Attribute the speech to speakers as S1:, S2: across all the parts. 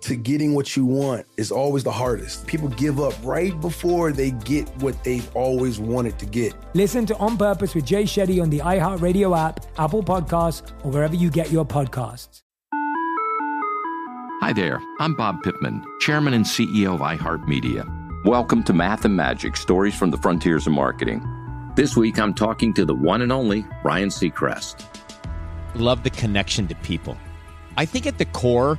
S1: to getting what you want is always the hardest. People give up right before they get what they've always wanted to get.
S2: Listen to On Purpose with Jay Shetty on the iHeartRadio app, Apple Podcasts, or wherever you get your podcasts.
S3: Hi there, I'm Bob Pittman, Chairman and CEO of iHeartMedia. Welcome to Math and Magic Stories from the Frontiers of Marketing. This week I'm talking to the one and only Ryan Seacrest.
S4: Love the connection to people. I think at the core,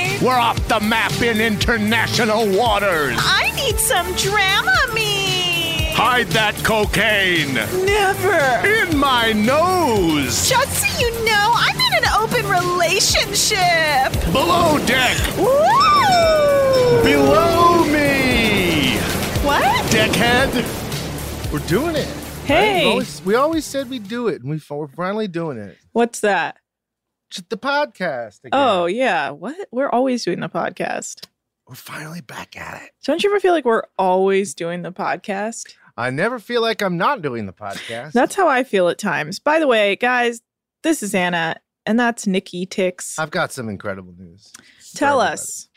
S5: We're off the map in international waters.
S6: I need some Dramamine.
S5: Hide that cocaine.
S6: Never.
S5: In my nose.
S6: Just so you know, I'm in an open relationship.
S5: Below deck.
S6: Woo!
S5: Below me.
S6: What?
S5: Deckhead.
S7: We're doing it.
S8: Hey.
S7: Right? We, always, we, always, said we'd do it, and we, we're finally doing it.
S8: What's that?
S7: the podcast. Again.
S8: Oh yeah, what? We're always doing the podcast.
S7: We're finally back at it.
S8: Don't you ever feel like we're always doing the podcast?
S7: I never feel like I'm not doing the podcast.
S8: that's how I feel at times. By the way, guys, this is Anna, and that's Nikki Ticks.
S7: I've got some incredible news.
S8: Tell us.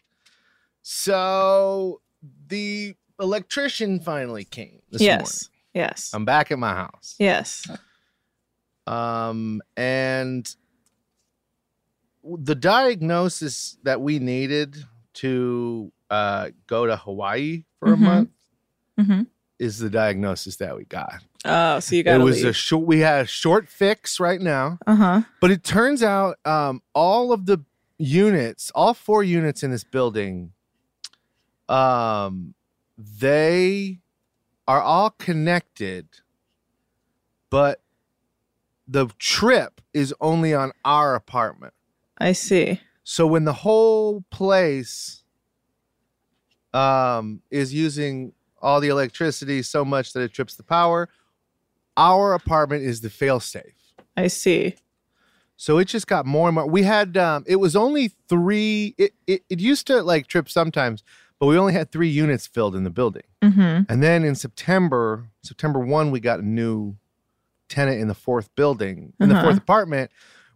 S7: So the electrician finally came.
S8: yes.
S7: Morning.
S8: Yes.
S7: I'm back at my house.
S8: Yes.
S7: Um and the diagnosis that we needed to uh, go to Hawaii for mm-hmm. a month mm-hmm. is the diagnosis that we got.
S8: Oh, so you got
S7: it was
S8: leave. a
S7: short. We had a short fix right now,
S8: uh-huh.
S7: but it turns out um, all of the units, all four units in this building, um, they are all connected, but the trip is only on our apartment.
S8: I see.
S7: So when the whole place um, is using all the electricity so much that it trips the power, our apartment is the failsafe.
S8: I see.
S7: So it just got more and more. We had um, it was only three. It, it it used to like trip sometimes, but we only had three units filled in the building.
S8: Mm-hmm.
S7: And then in September, September one, we got a new tenant in the fourth building, in uh-huh. the fourth apartment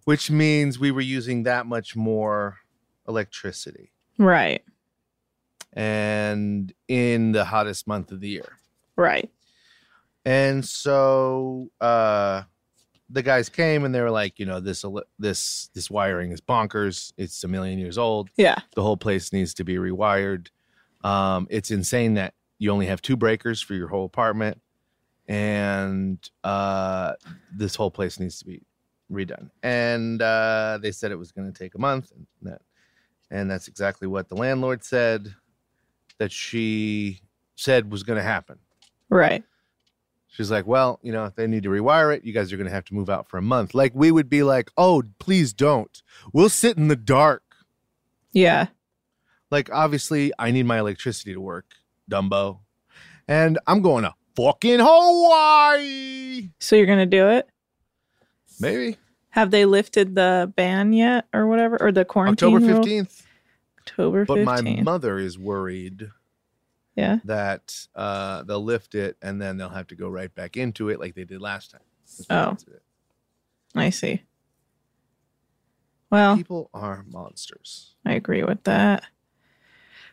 S7: which means we were using that much more electricity.
S8: Right.
S7: And in the hottest month of the year.
S8: Right.
S7: And so uh the guys came and they were like, you know, this this this wiring is bonkers. It's a million years old.
S8: Yeah.
S7: The whole place needs to be rewired. Um it's insane that you only have two breakers for your whole apartment and uh this whole place needs to be redone. And uh, they said it was going to take a month, and that, and that's exactly what the landlord said that she said was going to happen.
S8: Right.
S7: She's like, well, you know, if they need to rewire it, you guys are going to have to move out for a month. Like we would be like, oh, please don't. We'll sit in the dark
S8: Yeah.
S7: Like, obviously, I need my electricity to work, Dumbo. And I'm going to fucking Hawaii.
S8: So you're gonna do it?
S7: Maybe.
S8: Have they lifted the ban yet, or whatever, or the quarantine?
S7: October
S8: rule?
S7: 15th.
S8: October
S7: But
S8: fifteenth.
S7: my mother is worried
S8: yeah.
S7: that uh, they'll lift it and then they'll have to go right back into it like they did last time.
S8: Oh. I see. Well,
S7: People are monsters.
S8: I agree with that.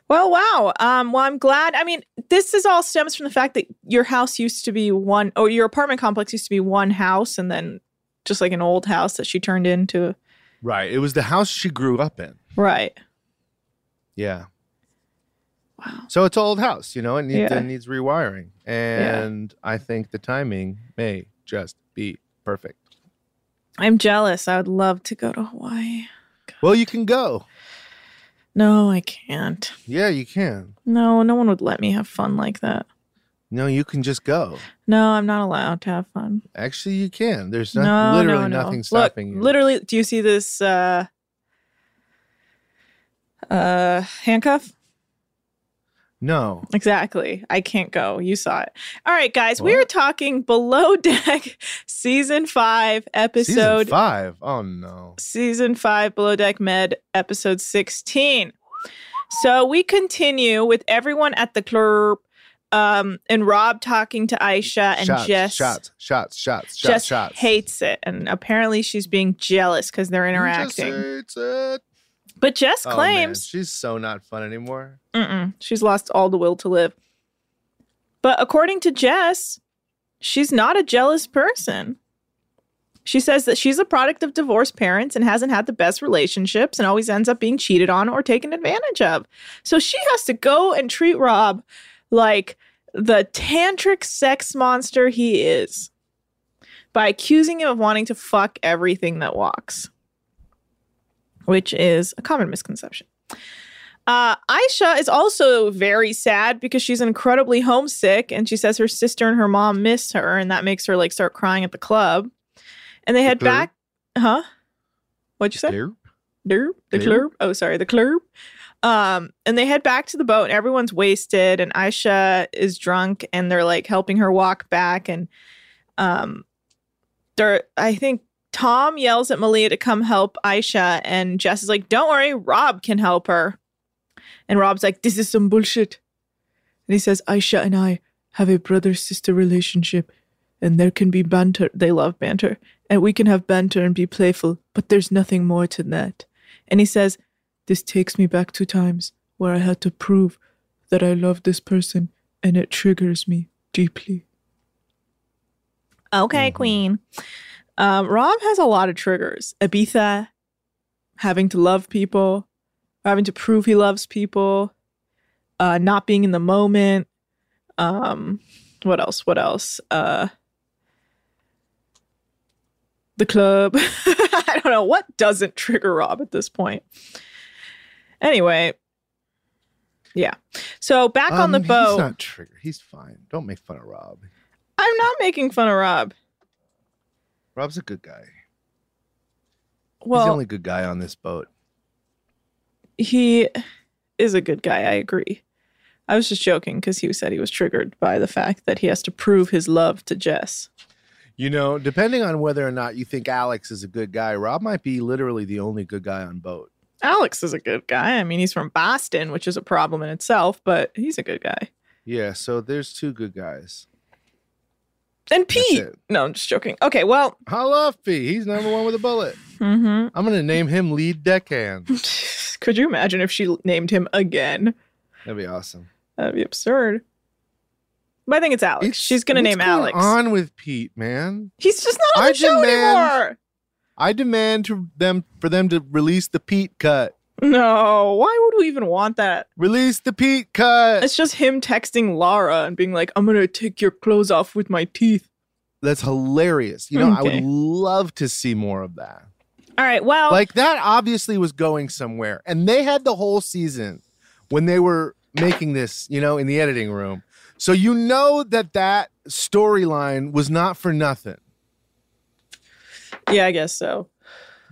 S8: Well, wow. Um, well, I'm glad. I mean, this is all stems from the fact that your house used to be one, or your apartment complex used to be one house, and then just like an old house that she turned into.
S7: Right. It was the house she grew up in.
S8: Right.
S7: Yeah. Wow. So it's an old house, you know, it needs,
S8: Yeah.
S7: it needs rewiring. And I think the timing may just be perfect.
S8: I'm jealous. I would love to go to Hawaii.
S7: Well, you can go.
S8: No, I can't.
S7: Yeah, you can.
S8: No, no one would let me have fun like that.
S7: No, you can just go.
S8: No, I'm not allowed to have fun.
S7: Actually, you can. There's
S8: No,
S7: not, literally
S8: no, no.
S7: nothing stopping
S8: Look,
S7: you.
S8: Literally, do you see this uh uh handcuff?
S7: no.
S8: Exactly. I can't go. You saw it. All right, guys, we are talking Below Deck season 5 episode
S7: Season five. Oh, no.
S8: season five, Below Deck Med, episode 16. So we continue with everyone at the club um, and Rob talking to Aisha and
S7: shots,
S8: Jess.
S7: shots, shots, shots, shots,
S8: Jess
S7: shots.
S8: hates it. And apparently she's being jealous because they're interacting.
S7: Just hates it.
S8: but Jess
S7: Oh, man,
S8: claims
S7: she's so not fun anymore.
S8: Mm-mm. She's lost all the will to live. But according to Jess, she's not a jealous person. She says that she's a product of divorced parents and hasn't had the best relationships and always ends up being cheated on or taken advantage of. So she has to go and treat Rob like the tantric sex monster he is by accusing him of wanting to fuck everything that walks, which is a common misconception. Uh, Aisha is also very sad because she's incredibly homesick and she says her sister and her mom miss her and that makes her like start crying at the club. And they head
S7: club?
S8: back. Huh? What'd you say?
S7: Derp.
S8: Derp, the
S7: Derp.
S8: club. Oh, sorry, the club. Um, and they head back to the boat, and everyone's wasted, and Aisha is drunk, and they're like helping her walk back, and um, they're. I think Tom yells at Malia to come help Aisha, and Jess is like, "Don't worry, Rob can help her." And Rob's like, "This is some bullshit," and he says, "Aisha and I have a brother sister relationship, and there can be banter. They love banter, and we can have banter and be playful, but there's nothing more to that." And he says, This takes me back to times where I had to prove that I love this person and it triggers me deeply. Okay,
S7: Mm-hmm.
S8: Queen. Um, Rob has a lot of triggers. Ibiza, having to love people, having to prove he loves people, uh, not being in the moment. Um, what else? What else? Uh, the club. I don't know what doesn't trigger Rob at this point. Anyway, yeah. So back on the
S7: Um,
S8: boat.
S7: He's not triggered. He's fine. Don't make fun of Rob.
S8: I'm not making fun of Rob.
S7: Rob's a good guy. he's
S8: Well,
S7: the only good guy on this boat.
S8: he is a good guy. I agree. I was just joking because he said he was triggered by the fact that he has to prove his love to Jess.
S7: You know, depending on whether or not you think Alex is a good guy, Rob might be literally the only good guy on boat.
S8: Alex is a good guy. I mean, he's from Boston, which is a problem in itself, but he's a good guy.
S7: Yeah, so there's two good guys.
S8: And Pete.
S7: it.
S8: No, I'm just joking. Okay, well,
S7: I love P. He's number one with a bullet.
S8: mhm.
S7: I'm gonna name him lead deckhand.
S8: could you imagine if she named him again?
S7: That'd be awesome.
S8: That'd be absurd. But I think it's Alex.
S7: It's-
S8: She's gonna
S7: what's
S8: name
S7: going
S8: Alex.
S7: On with Pete, man.
S8: He's just not on
S7: I
S8: the show
S7: demand-
S8: anymore.
S7: I demand to them for them to release the Pete cut.
S8: No, why would we even want that?
S7: Release the Pete cut.
S8: It's just him texting Lara and being like, I'm gonna take your clothes off with my teeth.
S7: That's hilarious. You know, I
S8: Okay.
S7: would love to see more of that.
S8: All right, well,
S7: Like that obviously was going somewhere. And they had the whole season when they were making this, you know, in the editing room. So you know that that storyline was not for nothing.
S8: yeah, I guess so.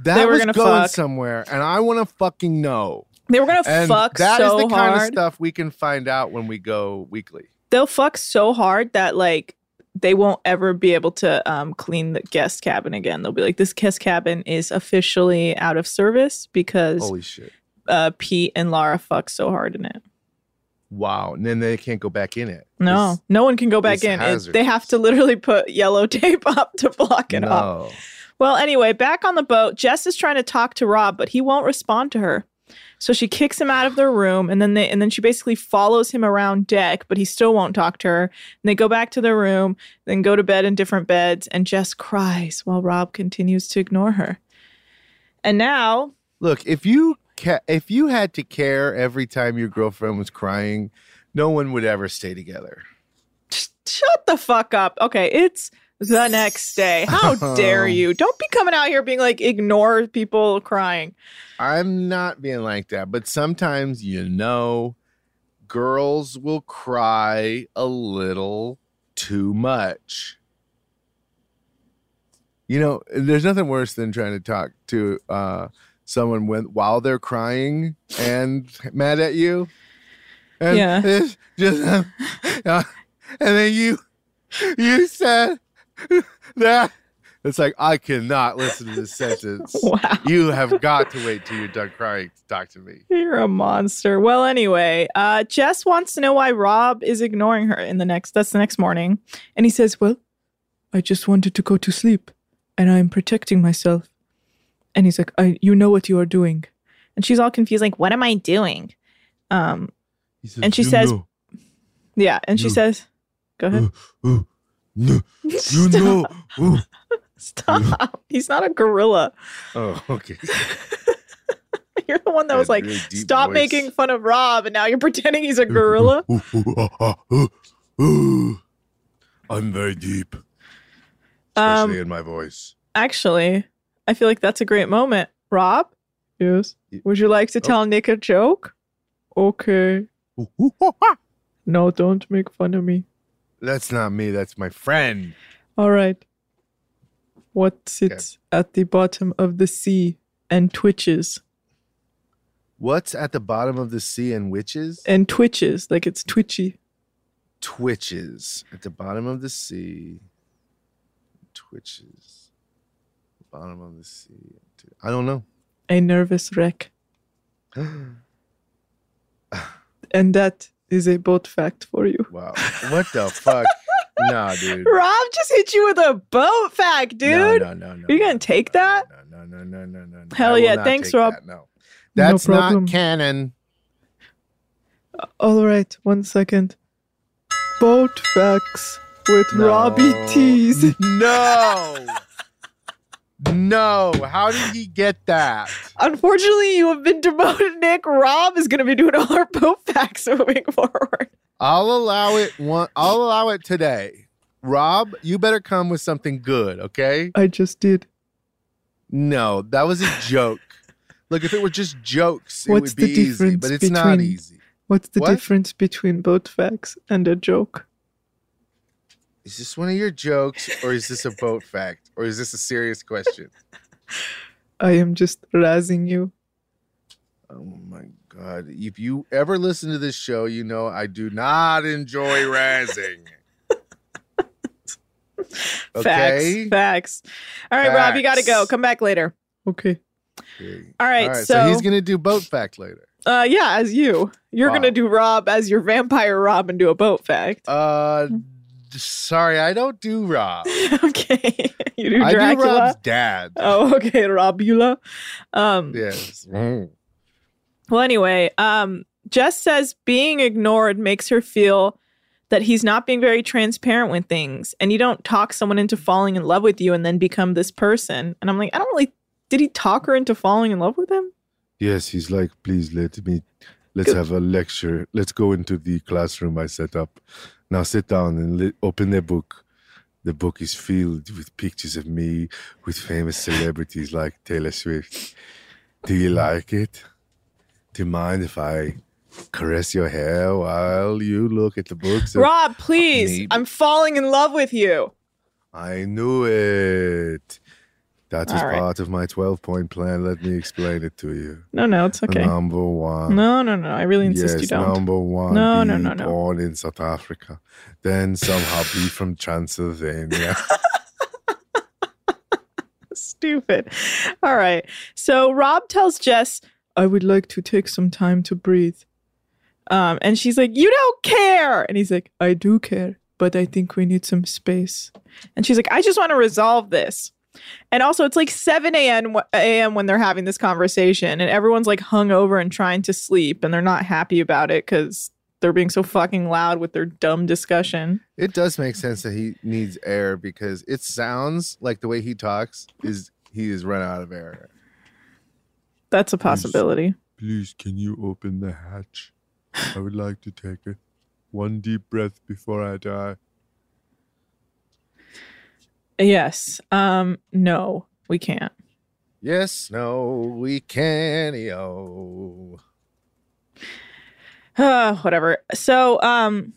S7: That
S8: They were
S7: was
S8: gonna
S7: going
S8: fuck.
S7: somewhere and I want to fucking know.
S8: They were gonna
S7: And
S8: fuck
S7: that is
S8: so
S7: the kind of
S8: hard.
S7: stuff we can find out when we go weekly.
S8: They'll fuck so hard that like they won't ever be able to um, clean the guest cabin again. They'll be like, this guest cabin is officially out of service because
S7: Holy shit!
S8: uh, Pete and Lara fucked so hard in it.
S7: Wow. And then they can't go back in it.
S8: No, no one can go back
S7: it's
S8: in. It-
S7: hazardous.
S8: they have to literally put yellow tape up to block it off.
S7: no.
S8: Well, anyway, back on the boat, Jess is trying to talk to Rob, but he won't respond to her. So she kicks him out of their room, and then they and then she basically follows him around deck, but he still won't talk to her. And they go back to their room, then go to bed in different beds, and Jess cries while Rob continues to ignore her. And now,
S7: Look, if you ca- if you had to care every time your girlfriend was crying, no one would ever stay together.
S8: shut the fuck up. Okay, it's the next day. How dare you? Don't be coming out here being like ignore people crying.
S7: I'm not being like that, but sometimes you know, girls will cry a little too much. You know, there's nothing worse than trying to talk to uh, someone when while they're crying and mad at you. And
S8: Yeah.
S7: it's just uh, and then you you said that it's like I cannot listen to this sentence.
S8: Wow.
S7: You have got to wait till you're done crying to talk to me.
S8: You're a monster. Well, anyway, uh, Jess wants to know why Rob is ignoring her in the next. That's the next morning, and he says, "Well, I just wanted to go to sleep, and I'm protecting myself." And he's like, I, "You know what you are doing," and she's all confused, like, "What am I doing?" Um, and she says, "Yeah," and she
S9: You-
S8: says, "Go ahead."
S7: Uh,
S9: Ooh, no, you
S8: Stop.
S9: know. ooh.
S8: Stop. He's not a gorilla.
S7: Oh, okay.
S8: You're the one that
S7: Had
S8: was like,
S7: really deep
S8: "Stop
S7: voice.
S8: making fun of Rob," and now you're pretending he's a gorilla.
S9: Ooh, ooh, ah,
S7: Uh,
S9: ah, ooh, ooh. I'm very deep.
S8: Um,
S7: in my voice.
S8: Actually, I feel like that's a great moment. Rob? Yes. Would you like to tell Nick a joke? Okay. no, don't make fun of me.
S7: That's not me. That's my friend.
S8: All right. What sits at the bottom of the sea and twitches?
S7: What's at the bottom of the sea and witches?
S8: And twitches, like it's twitchy.
S7: Twitches. At the bottom of the sea. Twitches. Bottom of the sea. I don't know.
S8: A nervous wreck. And that is a boat fact for you.
S7: Wow. What the fuck? nah, dude.
S8: Rob just hit you with a boat fact,
S7: No,
S8: dude.
S7: no, no, no.
S8: Are you going to take that?
S7: No, no, no, no, no. no.
S8: Hell
S7: I will
S8: yeah.
S7: not
S8: Thanks,
S7: take
S8: Rob.
S7: that, no. That's
S8: problem.
S7: not canon.
S8: All right, one second. Boat facts with Robbie Tees.
S7: No. no. How did he get that?
S8: Unfortunately, you have been demoted, Nick. Rob is going to be doing all our boat facts moving forward.
S7: I'll allow it one I'll allow it today. Rob, you better come with something good, okay?
S8: I just did.
S7: No, that was a joke. Look, if it were just jokes, it
S8: What's
S7: would be
S8: the difference
S7: easy, but it's
S8: between
S7: not easy.
S8: What's the
S7: What?
S8: difference between boat facts and a joke?
S7: Is this one of your jokes or is this a boat fact or is this a serious question?
S8: I am just razzing you.
S7: Oh my god. If you ever listen to this show, you know I do not enjoy razzing. Okay.
S8: Facts, facts. All right, Rob, you got to go.
S7: Facts.
S8: Come back later. Okay.
S7: Okay.
S8: All right,
S7: so he's
S8: so-
S7: gonna do boat fact later.
S8: Uh, yeah, as you, you're
S7: Wow.
S8: gonna do Rob as your vampire Rob and do a boat fact.
S7: Uh, sorry, I don't do Rob.
S8: okay, you do Dracula.
S7: I do Rob's dad.
S8: Oh, okay, Robula. Um,
S7: Yes.
S8: Well, anyway, um, Jess says being ignored makes her feel that he's not being very transparent with things, and you don't talk someone into falling in love with you and then become this person. And I'm like, I don't really. Did he talk her into falling in love with him?
S5: Yes, he's like, please let me, let's have a lecture. Let's go into the classroom I set up. Now sit down and let, open the book. The book is filled with pictures of me with famous celebrities like Taylor Swift. Do you like it? Do you mind if I caress your hair while you look at the books?
S8: Rob, please,
S5: Maybe.
S8: I'm falling in love with you.
S5: I knew it. That is
S8: All right.
S5: part of my 12 point plan. Let me explain it to you.
S8: No, no, it's okay.
S7: Um,
S5: Number one.
S8: No, no, no. I really insist
S5: yes,
S8: you don't.
S5: Number one.
S8: No, no,
S5: be
S8: no, no.
S5: Born in South Africa, then somehow be from Transylvania.
S8: Stupid. All right. So Rob tells Jess, I would like to take some time to breathe. Um, and she's like, You don't care. And he's like, I do care, but I think we need some space. And she's like, I just want to resolve this. And also, it's like 7 a.m. wh- a.m. when they're having this conversation, and everyone's like hungover and trying to sleep, and they're not happy about it because they're being so fucking loud with their dumb discussion.
S7: It does make sense that he needs air because it sounds like the way he talks is he has run out of air.
S8: That's a possibility.
S9: Please, can you open the hatch? I would like to take a, one deep breath before I die.
S8: Yes. Um, no, we can't.
S7: Yes, no, we can. Yo.
S8: Uh, whatever. So, um,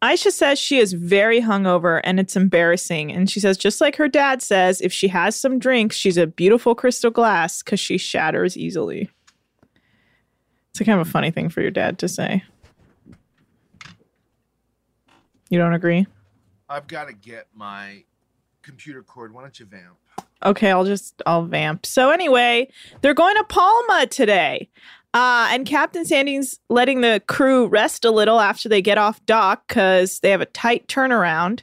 S8: Aisha says she is very hungover and it's embarrassing. And she says, just like her dad says, if she has some drinks, she's a beautiful crystal glass because she shatters easily. It's a kind of a funny thing for your dad to say. You don't agree?
S7: I've got to get my computer cord. Why don't you vamp?
S8: Okay, I'll just I'll vamp. So anyway, they're going to Palma today. Uh, and Captain Sandy's letting the crew rest a little after they get off dock because they have a tight turnaround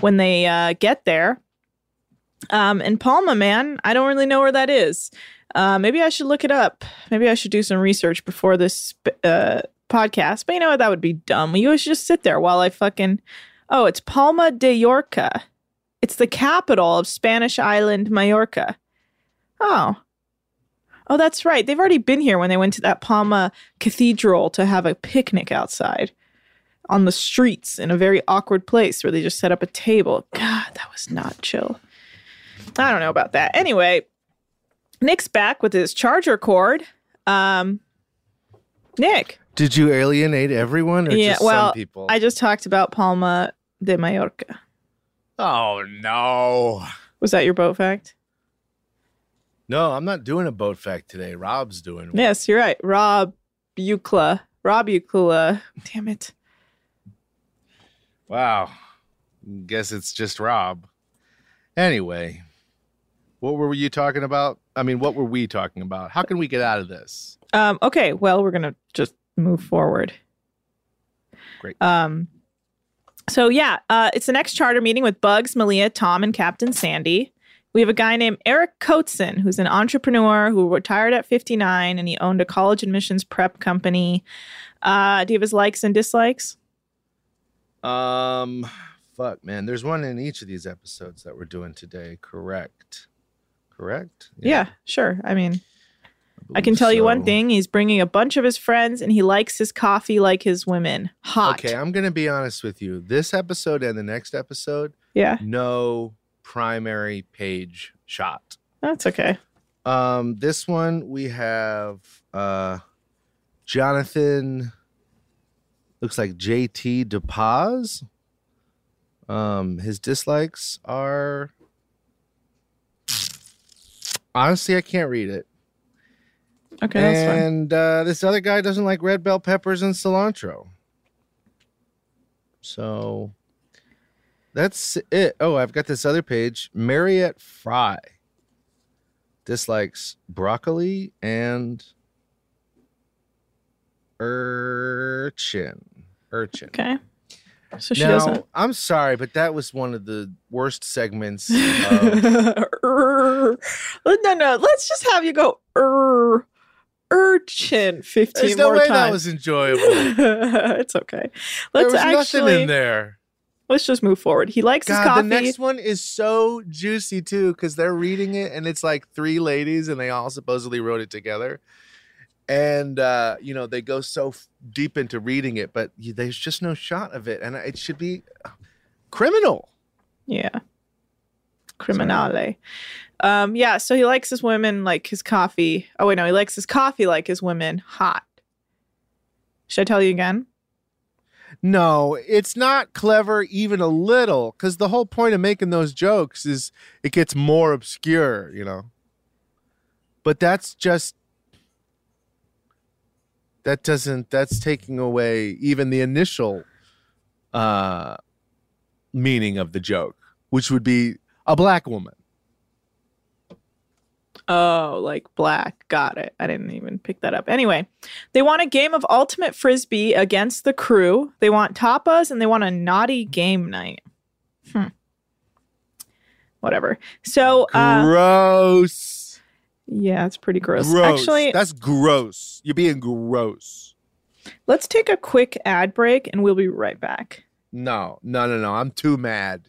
S8: when they uh, get there. Um, and Palma, man, I don't really know where that is. Uh, maybe I should look it up. Maybe I should do some research before this uh, podcast. But you know what? That would be dumb. You should just sit there while I fucking. Oh, it's Palma de Yorca. It's the capital of Spanish island Mallorca. Oh. Oh, that's right. They've already been here when they went to that Palma cathedral to have a picnic outside on the streets in a very awkward place where they just set up a table. God, that was not chill. I don't know about that. Anyway, Nick's back with his charger cord. Um, Nick.
S7: Did you alienate everyone or just
S8: well,
S7: some people?
S8: I just talked about Palma de Mallorca.
S7: oh, no.
S8: Was that your boat fact?
S7: No, I'm not doing a boat fact today. Rob's doing one.
S8: Yes, you're right. Rob Bucla. Rob Bucla. Damn it.
S7: Wow. Guess it's just Rob. Anyway, what were you talking about? I mean, what were we talking about? How can we get out of this?
S8: Um, okay, well, we're gonna just move forward.
S7: Great.
S8: Um, so yeah, uh, it's the next charter meeting with Bugs, Malia, Tom, and Captain Sandy. We have a guy named Eric Coatson, who's an entrepreneur who retired at 59 and he owned a college admissions prep company. Uh, do you have his likes and dislikes?
S7: Um, fuck, man. There's one in each of these episodes that we're doing today. Correct. Correct.
S8: Yeah, sure. I mean, I, can tell you one
S7: so.
S8: thing he's bringing a bunch of his friends and he likes his coffee like his women. Hot.
S7: Okay, I'm gonna be honest with you. This episode and the next episode,
S8: Yeah,
S7: no primary page shot.
S8: that's okay.
S7: Um, this one we have uh Jonathan looks like JT DePaz. Um, his dislikes are honestly I can't read it.
S8: Okay, that's fine.
S7: and uh, this other guy doesn't like red bell peppers and cilantro. So that's it. Oh, I've got this other page. Mariette Fry dislikes broccoli and urchin. Urchin.
S8: Okay. So she
S7: now,
S8: doesn't.
S7: I'm sorry, but that was one of the worst segments. Of,
S8: Err. Oh, no, no. Let's just have you go er, urchin 15
S7: there's no
S8: more
S7: way that
S8: times.
S7: was enjoyable.
S8: it's okay. Let's
S7: there was nothing
S8: actually
S7: in there.
S8: let's just move forward. He likes his
S7: God,
S8: coffee.
S7: the next one is so juicy too because they're reading it and it's like three ladies and they all supposedly wrote it together, and uh, you know they go so f- deep into reading it, but you, there's just no shot of it, and it should be uh, criminal.
S8: Yeah. Criminale. Um, yeah, so he likes his women like his coffee. Oh wait, no, he likes his coffee like his women hot. Should I tell you again?
S7: No, it's not clever even a little because the whole point of making those jokes is it gets more obscure, you know. But that's just. That doesn't. That's taking away even the initial uh, meaning of the joke, which would be a black woman.
S8: Oh, like black. Got it. I didn't even pick that up. Anyway, they want a game of ultimate frisbee against the crew. They want tapas and they want a naughty game night. Hmm. Whatever. So, uh,
S7: gross.
S8: yeah, it's pretty gross.
S7: Gross.
S8: Actually,
S7: that's gross. You're being gross.
S8: let's take a quick ad break and we'll be right back.
S7: No, no, no, no. I'm too mad.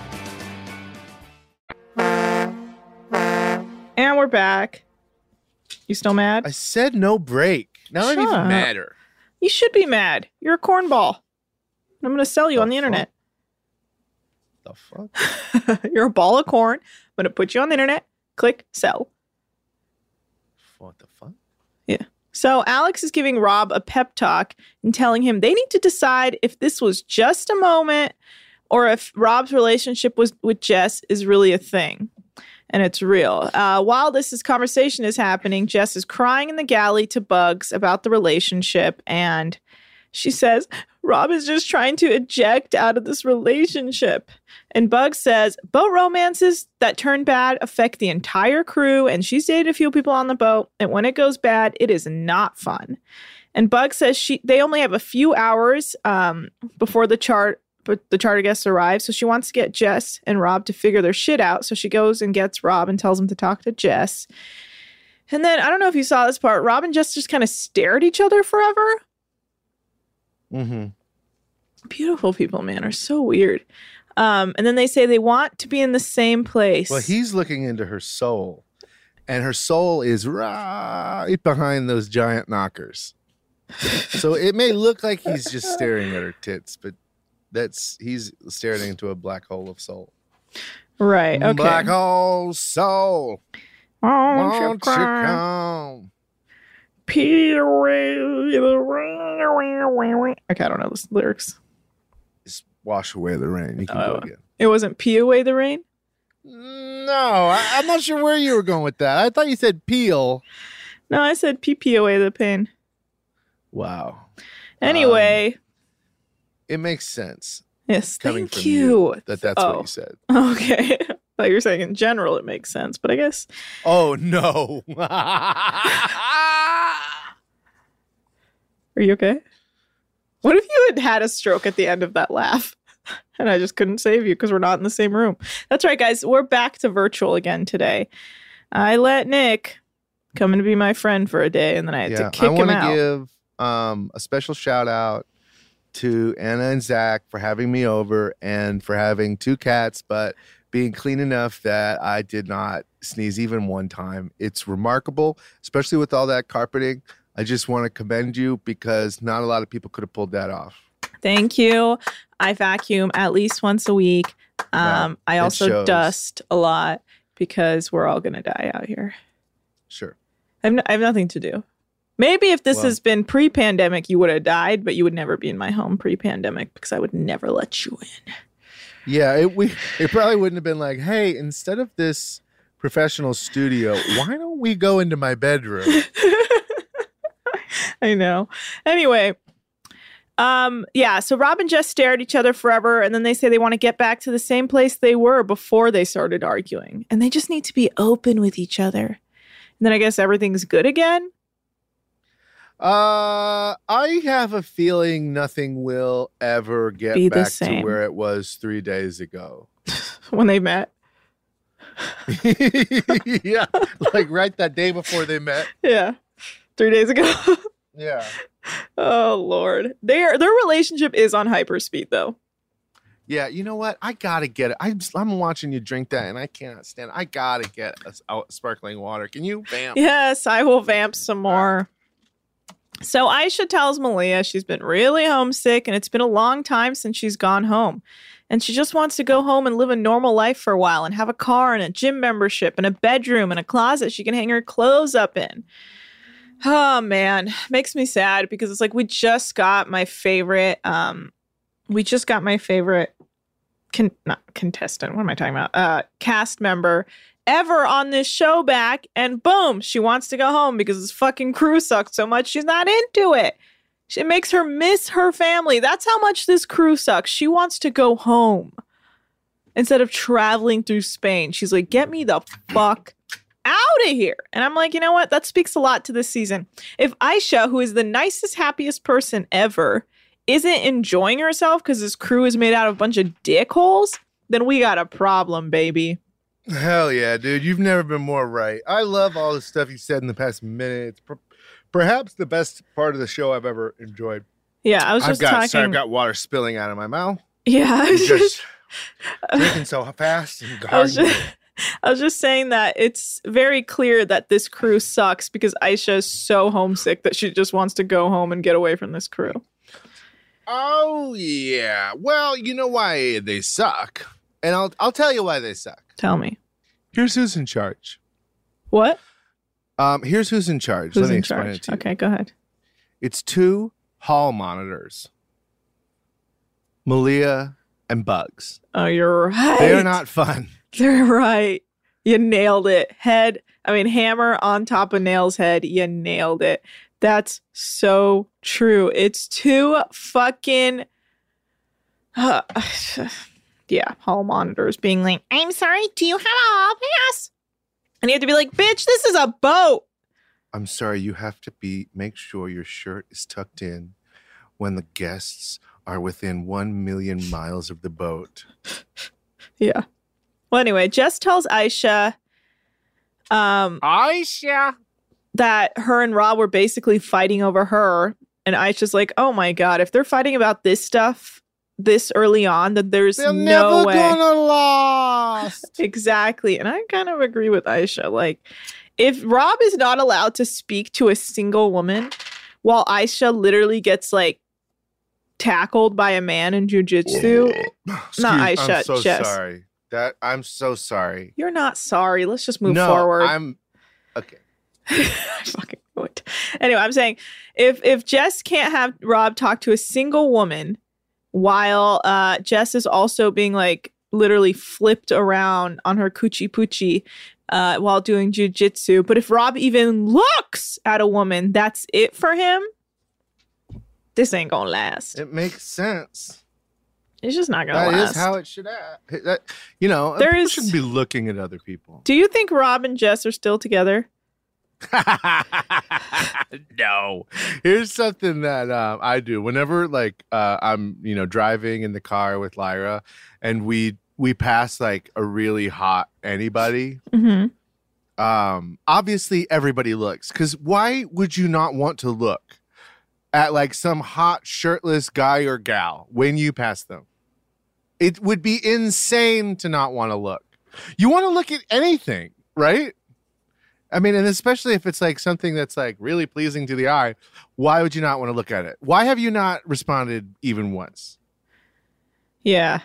S8: And we're back. You still mad? I
S7: said no break. Now
S8: it
S7: I'm even madder.
S8: You should be mad. You're a cornball. And I'm going to sell you on the internet.
S7: The fuck?
S8: You're a ball of corn. I'm going to put you on the internet. Click sell.
S7: What the fuck?
S8: Yeah. So Alex is giving Rob a pep talk and telling him they need to decide if this was just a moment or if Rob's relationship was with Jess is really a thing and it's real. Uh, while this is conversation is happening, Jess is crying in the galley to Bugs about the relationship and she says, Rob is just trying to eject out of this relationship. And Bugs says, boat romances that turn bad affect the entire crew, and she's dated a few people on the boat, and when it goes bad, it is not fun. And Bugs says she they only have a few hours um, before the chart but the charter guests arrive, so she wants to get Jess and Rob to figure their shit out. So she goes and gets Rob and tells him to talk to Jess. And then I don't know if you saw this part. Rob and Jess just kind of stare at each other forever.
S7: Mm-hmm.
S8: beautiful people man are so weird um, and then they say they want to be in the same place
S7: Well, he's looking into her soul, and her soul is right behind those giant knockers. so it may look like he's just staring at her tits, but that's he's staring into a black hole of soul.
S8: right okay
S7: Black hole soul.
S8: Won't you
S7: Won't you
S8: cry?
S7: come?
S8: Peter. Okay, I don't know the lyrics. Oh.
S5: Wash away the rain. You can go again.
S8: It wasn't pee away the rain.
S7: No, I, I'm not sure where you were going with that. I thought you said peel.
S8: No, I said pee pee away the pain.
S7: Wow. Um,
S8: Anyway,
S7: It makes sense.
S8: yes,
S7: coming
S8: thank
S7: from
S8: you.
S7: you, that that's what you
S8: Oh.
S7: said.
S8: Okay, I thought you were saying in general it makes sense, but I guess
S7: Oh no.
S8: Are you okay? What if you had had a stroke at the end of that laugh? And I just couldn't save you because we're not in the same room. That's right, guys. We're back to virtual again today. I let Nick come and be my friend for a day, and then I had to kick
S7: I
S8: him
S7: wanna
S8: out.
S7: give um, a special shout out to Anna and Zach for having me over and for having two cats, but being clean enough that I did not sneeze even one time. It's remarkable, especially with all that carpeting. I just want to commend you because not a lot of people could have pulled that off.
S8: Thank you. I vacuum at least once a week. Um, I
S7: it
S8: also
S7: shows.
S8: dust a lot because we're all going to die out here.
S7: Sure.
S8: I have, no, I have nothing to do. Maybe if this
S7: Well-
S8: has been pre pandemic, you would have died, but you would never be in my home pre pandemic because I would never let you in.
S7: Yeah, it, we it probably wouldn't have been like, hey, instead of this professional studio, why don't we go into my bedroom?
S8: I know. Anyway, um, yeah. So Rob and Jess stare at each other forever, and then they say they want to get back to the same place they were before they started arguing, and they just need to be open with each other. And then I guess everything's good again.
S7: Uh, I have a feeling nothing will ever get
S8: Be the
S7: back
S8: same.
S7: to where it was three days ago.
S8: When they met,
S7: yeah, like right that day before they met.
S8: yeah, three days ago.
S7: Yeah,
S8: oh Lord, their their relationship is on hyperspeed though.
S7: yeah. You know what? I gotta get it. I'm I'm watching you drink that, and I cannot stand. It. I gotta get a, s- a sparkling water. Can you? Bam.
S8: Yes, I will vamp some more. So Aisha tells Malia she's been really homesick and it's been a long time since she's gone home. And she just wants to go home and live a normal life for a while and have a car and a gym membership and a bedroom and a closet she can hang her clothes up in. Oh man, makes me sad because it's like we just got my favorite um we just got my favorite con- not contestant. What am I talking about? Uh, cast member ever on this show back, and boom, she wants to go home because this fucking crew sucked so much. She's not into it. She- It makes her miss her family. That's how much this crew sucks. She wants to go home instead of traveling through Spain. She's like, get me the fuck out of here. And I'm like, you know what? That speaks a lot to this season. If Aisha, who is the nicest, happiest person ever, isn't enjoying herself because this crew is made out of a bunch of dickholes, then we got a problem, baby.
S7: Hell yeah, dude. You've never been more right. I love all the stuff you said in the past minute. It's per- perhaps the best part of the show I've ever enjoyed.
S8: Yeah, I was
S7: I've
S8: just
S7: got,
S8: talking.
S7: Sorry, I've got water spilling out of my mouth.
S8: yeah, I
S7: I'm
S8: was just,
S7: just drinking so fast and
S8: I was
S7: hard.
S8: just, I was just saying that it's very clear that this crew sucks because Aisha is so homesick that she just wants to go home and get away from this crew.
S7: Oh yeah. Well, you know why they suck, and I'll I'll tell you why they suck.
S8: Tell me.
S7: Here's who's in charge.
S8: What?
S7: Um, here's who's in charge.
S8: Who's
S7: Let me
S8: in
S7: explain
S8: charge?
S7: it to you.
S8: Okay, go ahead.
S7: It's two hall monitors, Malia and Bugs.
S8: Oh, you're right.
S7: They're not fun.
S8: They're right. You nailed it. Head, I mean, hammer on top of nail's head. You nailed it. That's so true. It's two fucking. yeah, hall monitors being like, I'm sorry, do you have a hall pass? And you have to be like, bitch, this is a boat.
S7: I'm sorry, you have to be make sure your shirt is tucked in when the guests are within one million miles of the boat.
S8: Yeah. Well, anyway, Jess tells Aisha, um,
S7: Aisha,
S8: that her and Rob were basically fighting over her, and Aisha's like, "Oh my god, if they're fighting about this stuff this early on, then there's
S7: They're
S8: no
S7: never
S8: way."
S7: gonna last.
S8: exactly, and I kind of agree with Aisha. Like, if Rob is not allowed to speak to a single woman, while Aisha literally gets like tackled by a man in jujitsu, not
S7: Excuse-
S8: Aisha,
S7: I'm so
S8: Jess.
S7: sorry. That I'm so sorry.
S8: You're not sorry. Let's just move
S7: no,
S8: forward.
S7: I'm okay.
S8: I fucking knew it. Anyway, I'm saying if if Jess can't have Rob talk to a single woman while uh, Jess is also being like literally flipped around on her coochie poochie uh, while doing jujitsu, but if Rob even looks at a woman, that's it for him. This ain't gonna last.
S7: It makes sense.
S8: It's just not gonna
S7: That
S8: last.
S7: is how it should act. That, you know,
S8: There
S7: there people
S8: is-
S7: shouldn't be looking at other people.
S8: Do you think Rob and Jess are still together?
S7: no. Here's something that um, I do whenever, like, uh, I'm you know driving in the car with Lyra, and we we pass like a really hot anybody.
S8: Mm-hmm.
S7: um obviously everybody looks because why would you not want to look at like some hot shirtless guy or gal when you pass them it would be insane to not want to look you want to look at anything right i mean and especially if it's like something that's like really pleasing to the eye why would you not want to look at it why have you not responded even once
S8: Yeah.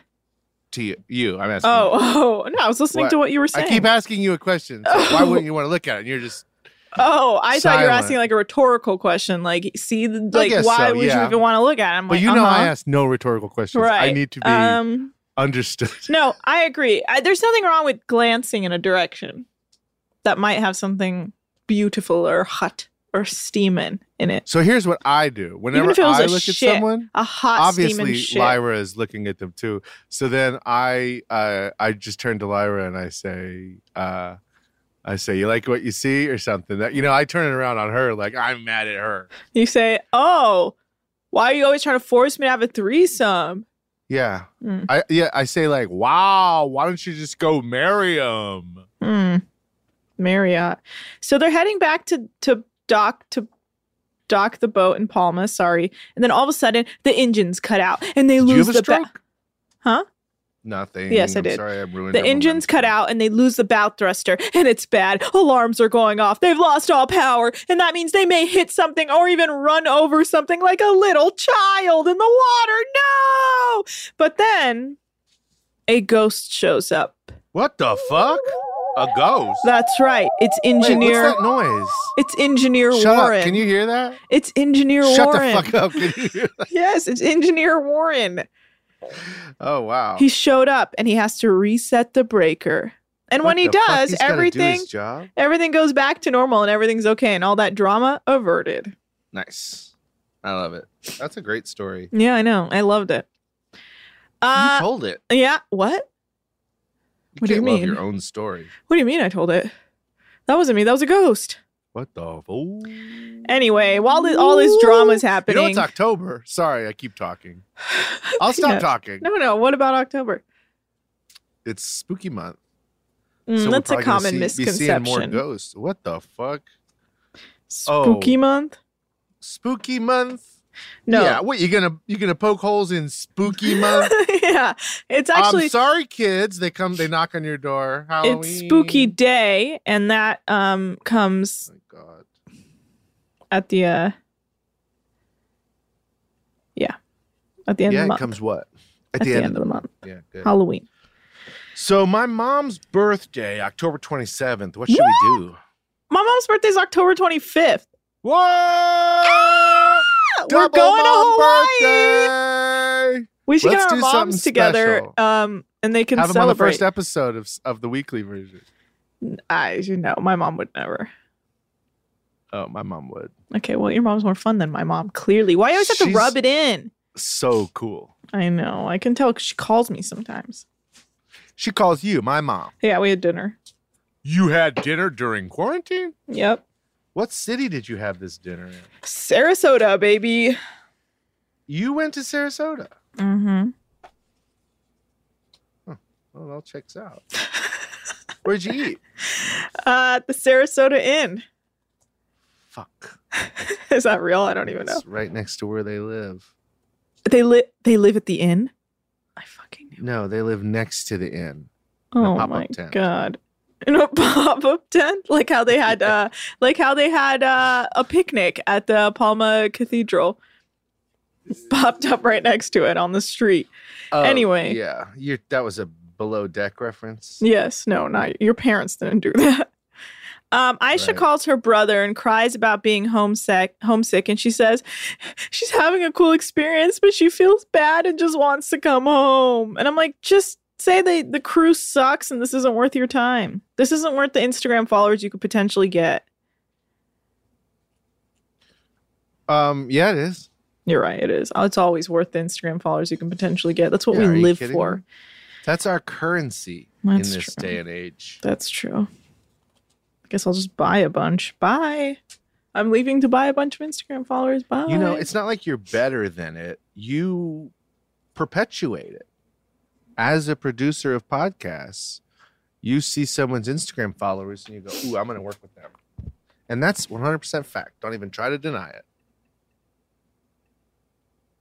S7: to you you i'm asking you.
S8: Oh, oh no! I was listening to what you were saying.
S7: i keep asking you a question so why wouldn't you want to look at it and you're just
S8: Oh, I thought you were
S7: Silent.
S8: asking like a rhetorical question. Like, see, the- like,
S7: guess
S8: why
S7: so,
S8: would you
S7: yeah.
S8: even want to look at him? uh-huh.
S7: But you know, I ask no rhetorical questions. I
S8: Right.
S7: need to be
S8: Um,
S7: understood.
S8: No, I agree. I, there's nothing wrong with glancing in a direction that might have something beautiful or hot or steaming in it.
S7: So here's what I do.
S8: even
S7: Whenever
S8: if it was
S7: I
S8: a
S7: look
S8: shit,
S7: at someone,
S8: a hot steaming
S7: obviously
S8: shit.
S7: Lyra is looking at them too. So then I, uh, I just turn to Lyra and I say, uh, I say, you like what you see or something that, you know, I turn it around on her. Like I'm mad at her.
S8: You say, "Oh, why are you always trying to force me to have a threesome?"
S7: Yeah.
S8: Mm.
S7: I, yeah. I say like, wow, why don't you just go marry him?
S8: Hmm. Marriott. So they're heading back to to dock to dock the boat in Palma. Sorry, and then all of a sudden the engines cut out and they
S7: Did you
S8: lose
S7: have a
S8: the ba- huh?
S7: Nothing.
S8: Yes, I
S7: I'm
S8: did.
S7: Sorry. I ruined
S8: The
S7: everyone.
S8: engines cut out and they lose the bow thruster, and it's bad. Alarms are going off. They've lost all power, and that means they may hit something or even run over something like a little child in the water. No! But then a ghost shows up.
S7: What the fuck? A ghost.
S8: That's right. It's engineer.
S7: Wait, what's that noise?
S8: It's engineer
S7: Shut
S8: Warren.
S7: up. Can you hear that?
S8: It's engineer
S7: Shut
S8: Warren.
S7: the fuck up. Can you hear that?
S8: Yes, it's engineer Warren.
S7: Oh, wow.
S8: He showed up and he has to reset the breaker. And
S7: What
S8: when he
S7: the fuck?
S8: does,
S7: He's gotta do his
S8: everything
S7: job.
S8: everything goes back to normal and everything's okay and all that drama averted.
S7: Nice. I love it. That's a great story.
S8: Yeah, I know. I loved it. Uh
S7: you told it.
S8: yeah, what?
S7: You
S8: what do you
S7: can't love
S8: mean?
S7: your own story.
S8: What do you mean I told it? That wasn't me. That was a ghost.
S7: What the fool?
S8: Anyway, while this, all this drama's
S7: You
S8: happening.
S7: know it's October. Sorry, I keep talking. I'll stop
S8: Yeah.
S7: talking.
S8: No, no. What about October?
S7: It's spooky month.
S8: Mm,
S7: we're
S8: that's a
S7: probably gonna
S8: common
S7: see- be seeing more
S8: misconception.
S7: ghosts. What the fuck?
S8: Spooky
S7: oh,
S8: month?
S7: spooky month.
S8: No.
S7: Yeah. What you gonna you gonna poke holes in spooky month?
S8: yeah. It's actually
S7: I'm sorry, kids. They come, they knock on your door. Halloween. Oh
S8: it's spooky day and that um comes at the uh yeah at the end
S7: yeah,
S8: of the
S7: it
S8: month
S7: comes what?
S8: At the end of the month.
S7: Yeah, good.
S8: halloween
S7: So my mom's birthday, October 27th. What should we do?
S8: my mom's birthday is october 25th
S7: what
S8: we're
S7: Double
S8: going to
S7: mom
S8: hawaii
S7: birthday!
S8: we should
S7: Let's
S8: get our
S7: do something
S8: moms together
S7: special.
S8: um and they can
S7: Have 'em on the
S8: celebrate
S7: first episode of of the weekly version.
S8: i you know my mom would never
S7: Oh, my mom would.
S8: okay well your mom's more fun than my mom clearly why you always have to
S7: She's-
S8: rub it in
S7: So cool.
S8: i know i can tell 'cause she calls me sometimes
S7: She calls you my mom.
S8: yeah we had dinner
S7: You had dinner during quarantine.
S8: yep
S7: What city did you have this dinner in?
S8: sarasota baby
S7: You went to Sarasota.
S8: mm-hmm
S7: Well, it all checks out. Where'd you eat?
S8: Uh, the Sarasota Inn.
S7: Fuck.
S8: Is that real? I don't even know.
S7: It's right next to where they live.
S8: They live. They live at the inn.
S7: No, they live next to the inn. in a
S8: Oh
S7: pop-up
S8: my
S7: tent.
S8: god! In a pop-up tent, like how they had, uh, like how they had uh, a picnic at the Palma Cathedral, popped up right next to it on the street.
S7: Oh,
S8: anyway,
S7: yeah, you that was a below deck reference.
S8: yes, no, not your parents didn't do that. Um, Aisha calls her brother and cries about being homesick. Homesick, and she says she's having a cool experience, but she feels bad and just wants to come home. And I'm like, just say the the cruise sucks and this isn't worth your time. This isn't worth the Instagram followers you could potentially get.
S7: Um, yeah, it is.
S8: You're right. It is. It's always worth the Instagram followers you can potentially get. That's what
S7: Yeah, are
S8: we
S7: you
S8: live
S7: kidding
S8: for.
S7: me? That's our currency
S8: That's
S7: in this
S8: true.
S7: day and age.
S8: That's true. I guess I'll just buy a bunch. Bye. I'm leaving to buy a bunch of Instagram followers. Bye.
S7: You know, it's not like you're better than it. You perpetuate it. As a producer of podcasts, you see someone's Instagram followers and you go, "Ooh, I'm going to work with them." And that's 100% fact. Don't even try to deny it.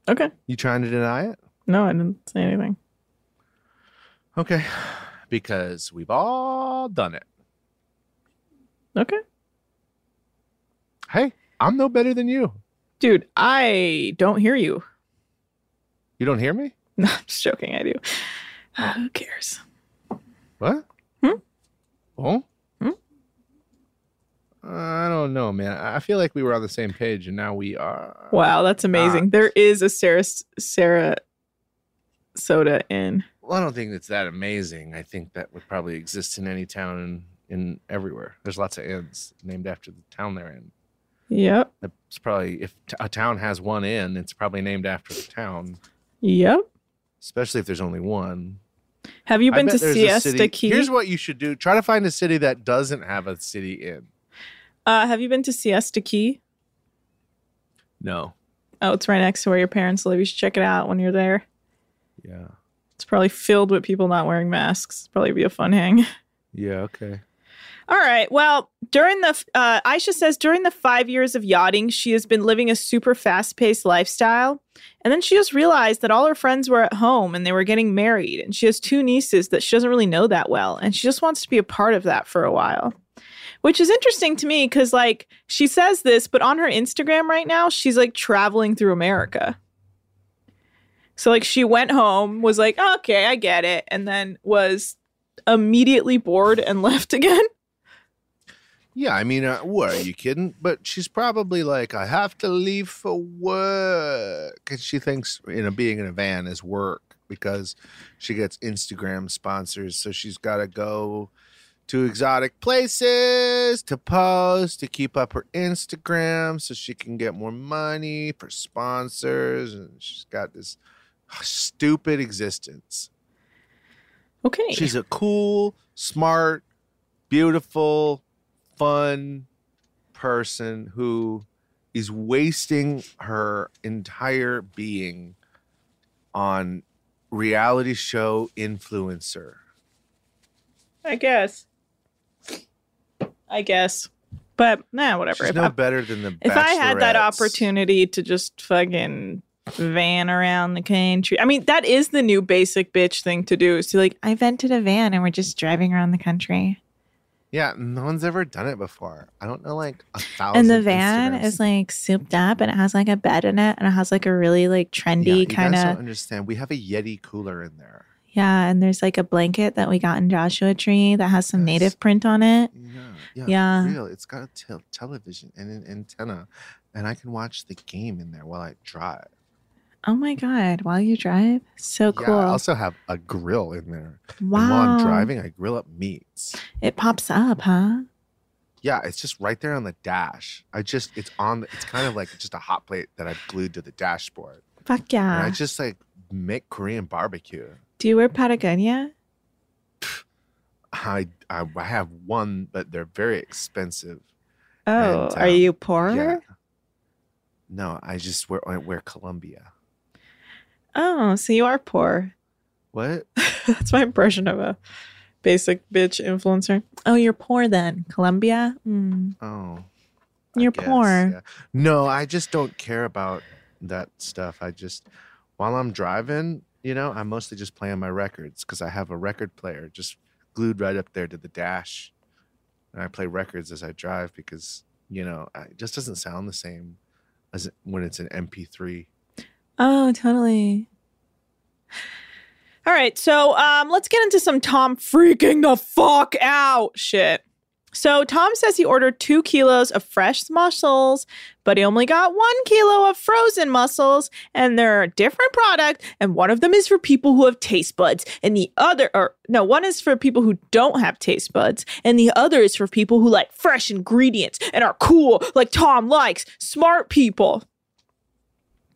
S8: Okay.
S7: You trying to deny it?
S8: No, I didn't say anything.
S7: Okay. Because we've all done it.
S8: Okay.
S7: Hey, I'm no better than you.
S8: Dude, I don't hear you.
S7: You don't hear me?
S8: No, I'm just joking. I do. Who cares?
S7: What? Hmm? Oh? I don't know, man. I I feel like we were on the same page and now we are. Uh,
S8: Wow, that's amazing.
S7: not.
S8: There is a Sarah Sarah soda in.
S7: Well, I don't think it's that amazing. I think that would probably exist in any town in, in everywhere. There's lots of inns named after the town they're in.
S8: Yep.
S7: It's probably if t- a town has one inn, it's probably named after the town,
S8: Yep.
S7: especially if there's only one.
S8: Have you
S7: I
S8: been
S7: bet
S8: to
S7: there's a
S8: Siesta
S7: city-
S8: Key?
S7: Here's what you should do: try to find a city that doesn't have a city inn.
S8: Uh, have you been to Siesta Key?
S7: No.
S8: Oh, it's right next to where your parents live. You should check it out when you're there.
S7: Yeah.
S8: It's probably filled with people not wearing masks. Probably be a fun hang.
S7: Yeah. Okay.
S8: All right. Well, during the uh, Aisha says during the five years of yachting, she has been living a super fast-paced lifestyle, and then she just realized that all her friends were at home and they were getting married, and she has two nieces that she doesn't really know that well, and she just wants to be a part of that for a while, which is interesting to me because like she says this, but on her Instagram right now, she's like traveling through America. So like she went home, was like, okay, I get it, and then was immediately bored and left again.
S7: Yeah, I mean, uh, what are you kidding? But she's probably like, I have to leave for work, and she thinks you know being in a van is work because she gets Instagram sponsors, so she's got to go to exotic places to post to keep up her Instagram, so she can get more money for sponsors, and she's got this stupid existence.
S8: Okay.
S7: She's a cool, smart, beautiful, fun person who is wasting her entire being on reality show influencer.
S8: I guess. I guess. But nah, whatever.
S7: She's
S8: If
S7: no
S8: I-
S7: better than the
S8: if I had that
S7: Bachelorettes.
S8: opportunity to just fucking van around the country. I mean, that is the new basic bitch thing to do. Is to like, I vented a van and we're just driving around the country.
S7: Yeah, no one's ever done it before. I don't know, like a thousand.
S8: And the van
S7: Instagram
S8: is like souped up and it has like a bed in it and it has like a really like
S7: Yeah, you
S8: trendy
S7: guys
S8: kind
S7: don't
S8: of
S7: understand. We have a Yeti cooler in there.
S8: yeah, and there's like a blanket that we got in Joshua Tree that has some native print on it.
S7: Yeah,
S8: Yeah.
S7: yeah. real. It's got a tel- television and an antenna, and I can watch the game in there while I drive.
S8: Oh my god, while you drive. So cool.
S7: Yeah, I also have a grill in there. And while
S8: Wow.
S7: I'm driving, I grill up meats.
S8: It pops up, huh?
S7: Yeah, it's just right there on the dash. I just it's on. The, it's kind of like just a hot plate that I've glued to the dashboard,
S8: Fuck
S7: and
S8: yeah.
S7: I just like make Korean barbecue.
S8: Do you wear Patagonia?
S7: I I, I have one, but they're very expensive.
S8: Oh,
S7: And,
S8: are
S7: um,
S8: you poor?
S7: yeah. No, I just wear I wear Columbia.
S8: Oh, so you are poor.
S7: What?
S8: That's my impression of a basic bitch influencer. Oh, you're poor then. Colombia? Mm,
S7: Oh.
S8: you're
S7: guess,
S8: poor.
S7: yeah. No, I just don't care about that stuff. I just, while I'm driving, you know, I'm mostly just playing my records because I have a record player just glued right up there to the dash. And I play records as I drive because, you know, I- it just doesn't sound the same as it- when it's an MP3.
S8: Oh, totally. All right, so um, let's get into some Tom freaking the fuck out shit. So Tom says he ordered two kilos of fresh mussels, but he only got one kilo of frozen mussels, and they're a different product. And one of them is for people who have taste buds, and the other, or no, one is for people who don't have taste buds, and the other is for people who like fresh ingredients and are cool, like Tom likes, smart people.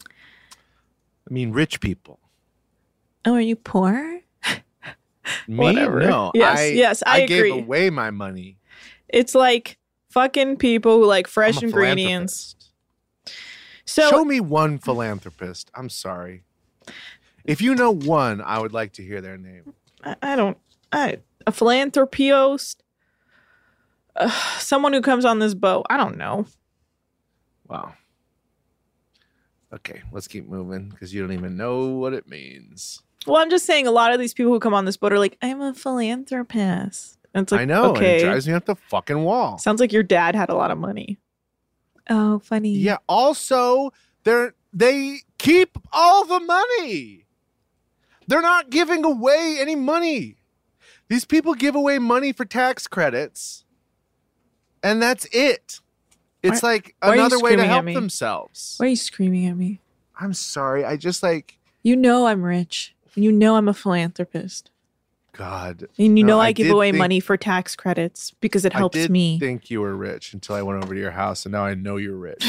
S7: I mean, rich people.
S8: Oh, are you poor?
S7: Me?
S8: Whatever.
S7: No.
S8: Yes,
S7: I,
S8: yes, I agree.
S7: gave away my money.
S8: It's like fucking people who like fresh
S7: I'm a
S8: ingredients. So
S7: Show me one philanthropist. I'm sorry. If you know one, I would like to hear their name.
S8: I, I don't. I a philanthropist. Ugh, someone who comes on this boat. I don't know.
S7: Wow. Okay, let's keep moving because you don't even know what it means.
S8: Well, I'm just saying a lot of these people who come on this boat are like, I'm a philanthropist. And it's like,
S7: I know. and
S8: Okay.
S7: It drives me up the fucking wall.
S8: Sounds like your dad had a lot of money. Oh, funny.
S7: Yeah. Also, they're they keep all the money. They're not giving away any money. These people give away money for tax credits, and that's it. It's
S8: Why-
S7: like
S8: why are you
S7: another way to
S8: screaming at
S7: help
S8: me?
S7: themselves.
S8: Why are you screaming at me?
S7: I'm sorry. I just like
S8: You know I'm rich. You know I'm a philanthropist.
S7: God.
S8: And you
S7: No,
S8: know I, give
S7: did
S8: away
S7: think-
S8: money for tax credits because it helps
S7: I did
S8: me.
S7: Think you were rich until I went over to your house, and now I know you're rich.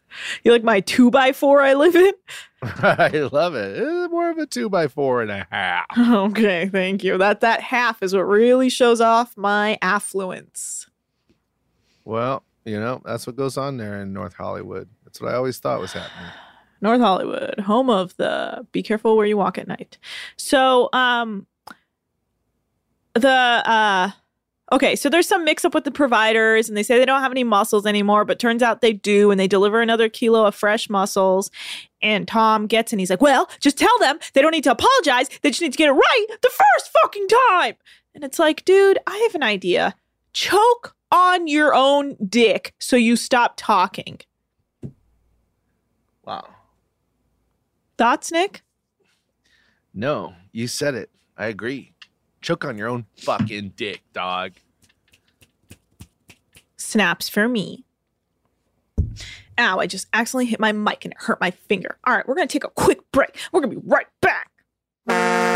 S8: you like my two by four I live in?
S7: I love it. It's more of a two by four and a half.
S8: Okay, thank you. That that half is what really shows off my affluence.
S7: Well, you know, that's what goes on there in North Hollywood. That's what I always thought was happening.
S8: North Hollywood, home of the be careful where you walk at night. So, um the uh okay, so there's some mix up with the providers and they say they don't have any mussels anymore, but turns out they do and they deliver another kilo of fresh mussels. And Tom gets and he's like, "Well, just tell them they don't need to apologize. They just need to get it right the first fucking time." And it's like, "Dude, I have an idea. Choke on your own dick so you stop talking."
S7: Wow.
S8: Thoughts, Nick?
S7: No, you said it. I agree. Choke on your own fucking dick, dog.
S8: snaps for me. Ow, I just accidentally hit my mic and it hurt my finger. All right, we're going to take a quick break. We're going to be right back.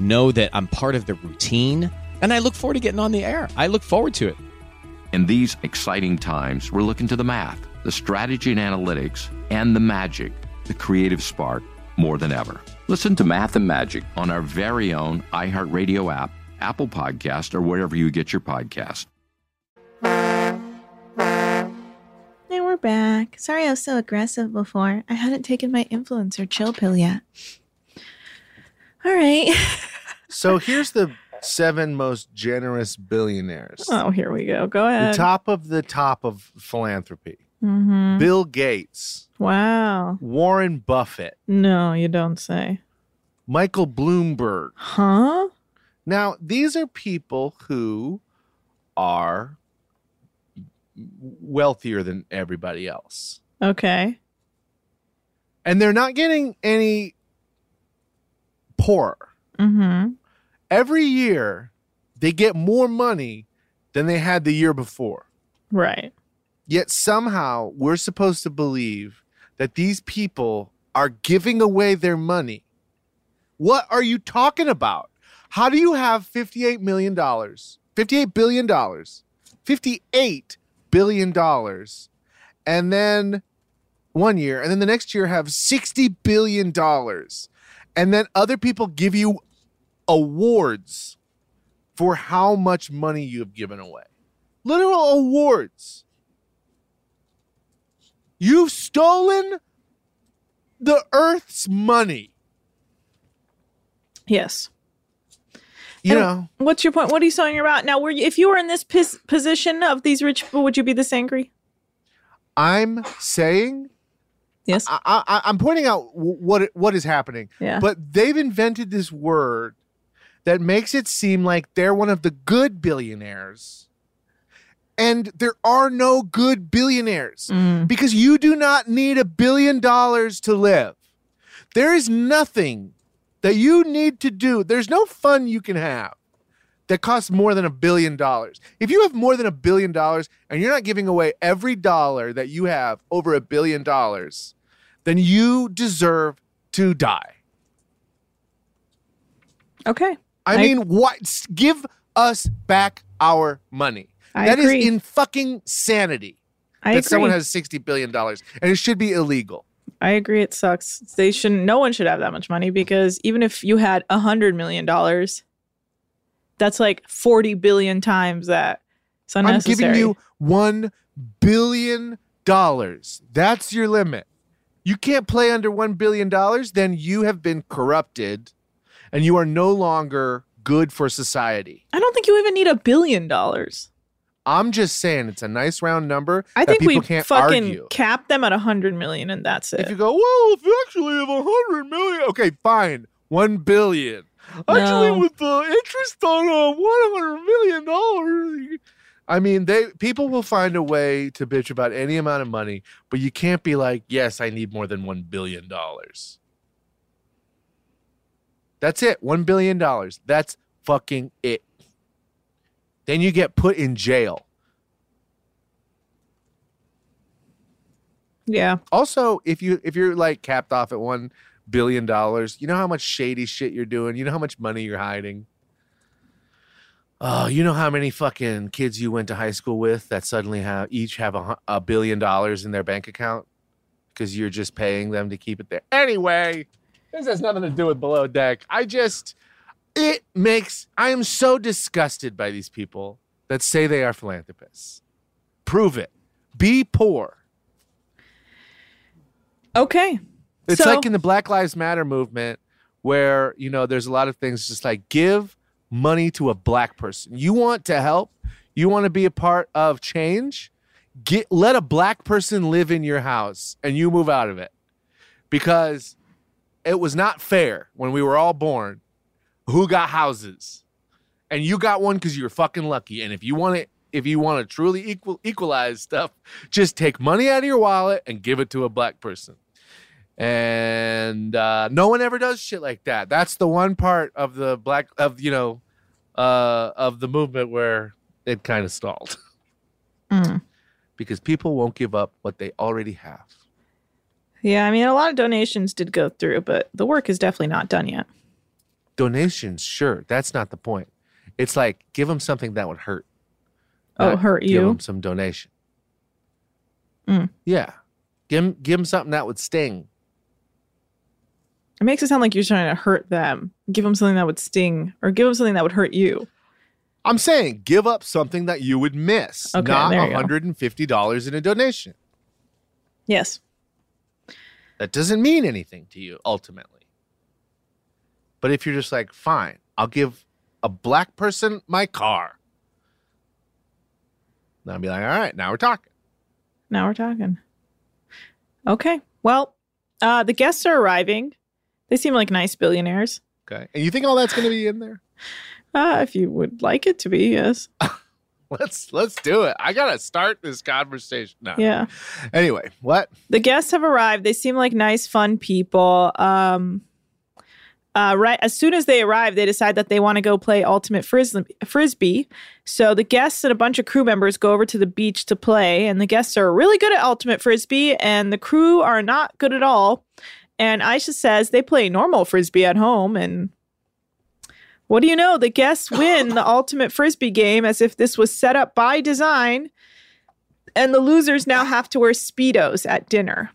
S4: know that I'm part of the routine, and I look forward to getting on the air. I look forward to it.
S3: In these exciting times, we're looking to the math, the strategy and analytics, and the magic, the creative spark, more than ever. Listen to Math and Magic on our very own iHeartRadio app, Apple Podcast, or wherever you get your podcast.
S8: back. Sorry I was so aggressive before. I hadn't taken my influencer chill pill yet. All right.
S7: So here's the seven most generous billionaires.
S8: Oh, here we go. Go ahead.
S7: The top of the top of philanthropy.
S8: Mhm.
S7: Bill Gates,
S8: Wow.
S7: Warren Buffett,
S8: No, you don't say.
S7: Michael Bloomberg.
S8: Huh?
S7: Now, these are people who are wealthier than everybody else.
S8: Okay.
S7: And they're not getting any poorer.
S8: Mm-hmm.
S7: Every year, they get more money than they had the year before.
S8: Right.
S7: Yet somehow we're supposed to believe that these people are giving away their money. What are you talking about? How do you have $58 million, $58 billion, $58 billion, and then one year, and then the next year have $60 billion, and then other people give you awards for how much money you have given away? Literal awards. You've stolen the earth's money.
S8: Yes.
S7: You
S8: And
S7: know,
S8: What's your point? What are you talking about? Now, were you, if you were in this pis- position of these rich people, would you be this angry?
S7: I'm saying
S8: yes.
S7: I, I, I'm pointing out wh- what it- what is happening.
S8: Yeah.
S7: But they've invented this word that makes it seem like they're one of the good billionaires, and there are no good billionaires
S8: Mm.
S7: because you do not need a billion dollars to live. There is nothing that you need to do. There's no fun you can have that costs more than a billion dollars. If you have more than a billion dollars and you're not giving away every dollar that you have over a billion dollars, then you deserve to die.
S8: Okay.
S7: I, mean, what? s- Give us back our money.
S8: I
S7: That is
S8: agree.
S7: in fucking sanity.
S8: I
S7: that someone
S8: agree.
S7: has sixty billion dollars, and it should be illegal.
S8: I agree. It sucks. They shouldn't. No one should have that much money because even if you had a hundred million dollars, that's like forty billion times that. It's
S7: I'm giving
S8: unnecessary.
S7: you one billion dollars. That's your limit. You can't play under one billion dollars, then you have been corrupted, and you are no longer good for society.
S8: I don't think you even need a billion dollars.
S7: I'm just saying it's a nice round number.
S8: I
S7: that
S8: think we
S7: people can't
S8: fucking
S7: argue.
S8: cap them at a hundred million, and that's it.
S7: If you go, well, if you actually have a hundred million, okay, fine, one billion. Actually,
S8: No.
S7: with the interest on uh, one hundred million dollars, I mean, they people will find a way to bitch about any amount of money, but you can't be like, yes, I need more than one billion dollars. That's it, one billion dollars. That's fucking it. Then you get put in jail.
S8: yeah.
S7: Also, if you if you're like capped off at one billion dollars, you know how much shady shit you're doing. You know how much money you're hiding. Oh, you know how many fucking kids you went to high school with that suddenly have each have a, hu- a billion dollars in their bank account because you're just paying them to keep it there. Anyway, this has nothing to do with below deck. I just it makes I am so disgusted by these people that say they are philanthropists. Prove it. Be poor.
S8: Okay.
S7: It's
S8: So-
S7: like in the Black Lives Matter movement where, you know, there's a lot of things just like give money to a black person. You want to help, you want to be a part of change, get let a black person live in your house and you move out of it. Because it was not fair when we were all born who got houses. And you got one cuz you're fucking lucky. And if you want it if you want to truly equal equalize stuff, just take money out of your wallet and give it to a black person and uh, no one ever does shit like that. That's the one part of the black of you know uh, of the movement where it kind of stalled
S8: Mm.
S7: because people won't give up what they already have.
S8: Yeah. I mean, a lot of donations did go through, but the work is definitely not done yet.
S7: Donations, sure, that's not the point. It's like give them something that would hurt.
S8: Oh,
S7: not
S8: hurt
S7: Give
S8: you?
S7: them some donation.
S8: Mm.
S7: Yeah, give them, give them something that would sting.
S8: It makes it sound like you're trying to hurt them. Give them something that would sting, or give them something that would hurt you.
S7: I'm saying give up something that you would miss,
S8: Okay,
S7: not
S8: there you go.
S7: $150 in a donation.
S8: Yes.
S7: That doesn't mean anything to you ultimately. But if you're just like, fine, I'll give a black person my car, then I'll be like, all right, now we're talking.
S8: Now we're talking. Okay. Well, uh, the guests are arriving. They seem like nice billionaires.
S7: Okay. And you think all that's going to be in there?
S8: Uh, if you would like it to be, yes.
S7: Let's let's do it. I gotta start this conversation. No.
S8: Yeah.
S7: Anyway, what?
S8: The guests have arrived. They seem like nice, fun people. Um, uh, right as soon as they arrive, they decide that they want to go play ultimate frisbee, frisbee. So the guests and a bunch of crew members go over to the beach to play, and the guests are really good at ultimate frisbee, and the crew are not good at all. And Aisha says they play normal frisbee at home, and what do you know? The guests win the ultimate frisbee game as if this was set up by design, and the losers now have to wear speedos at dinner.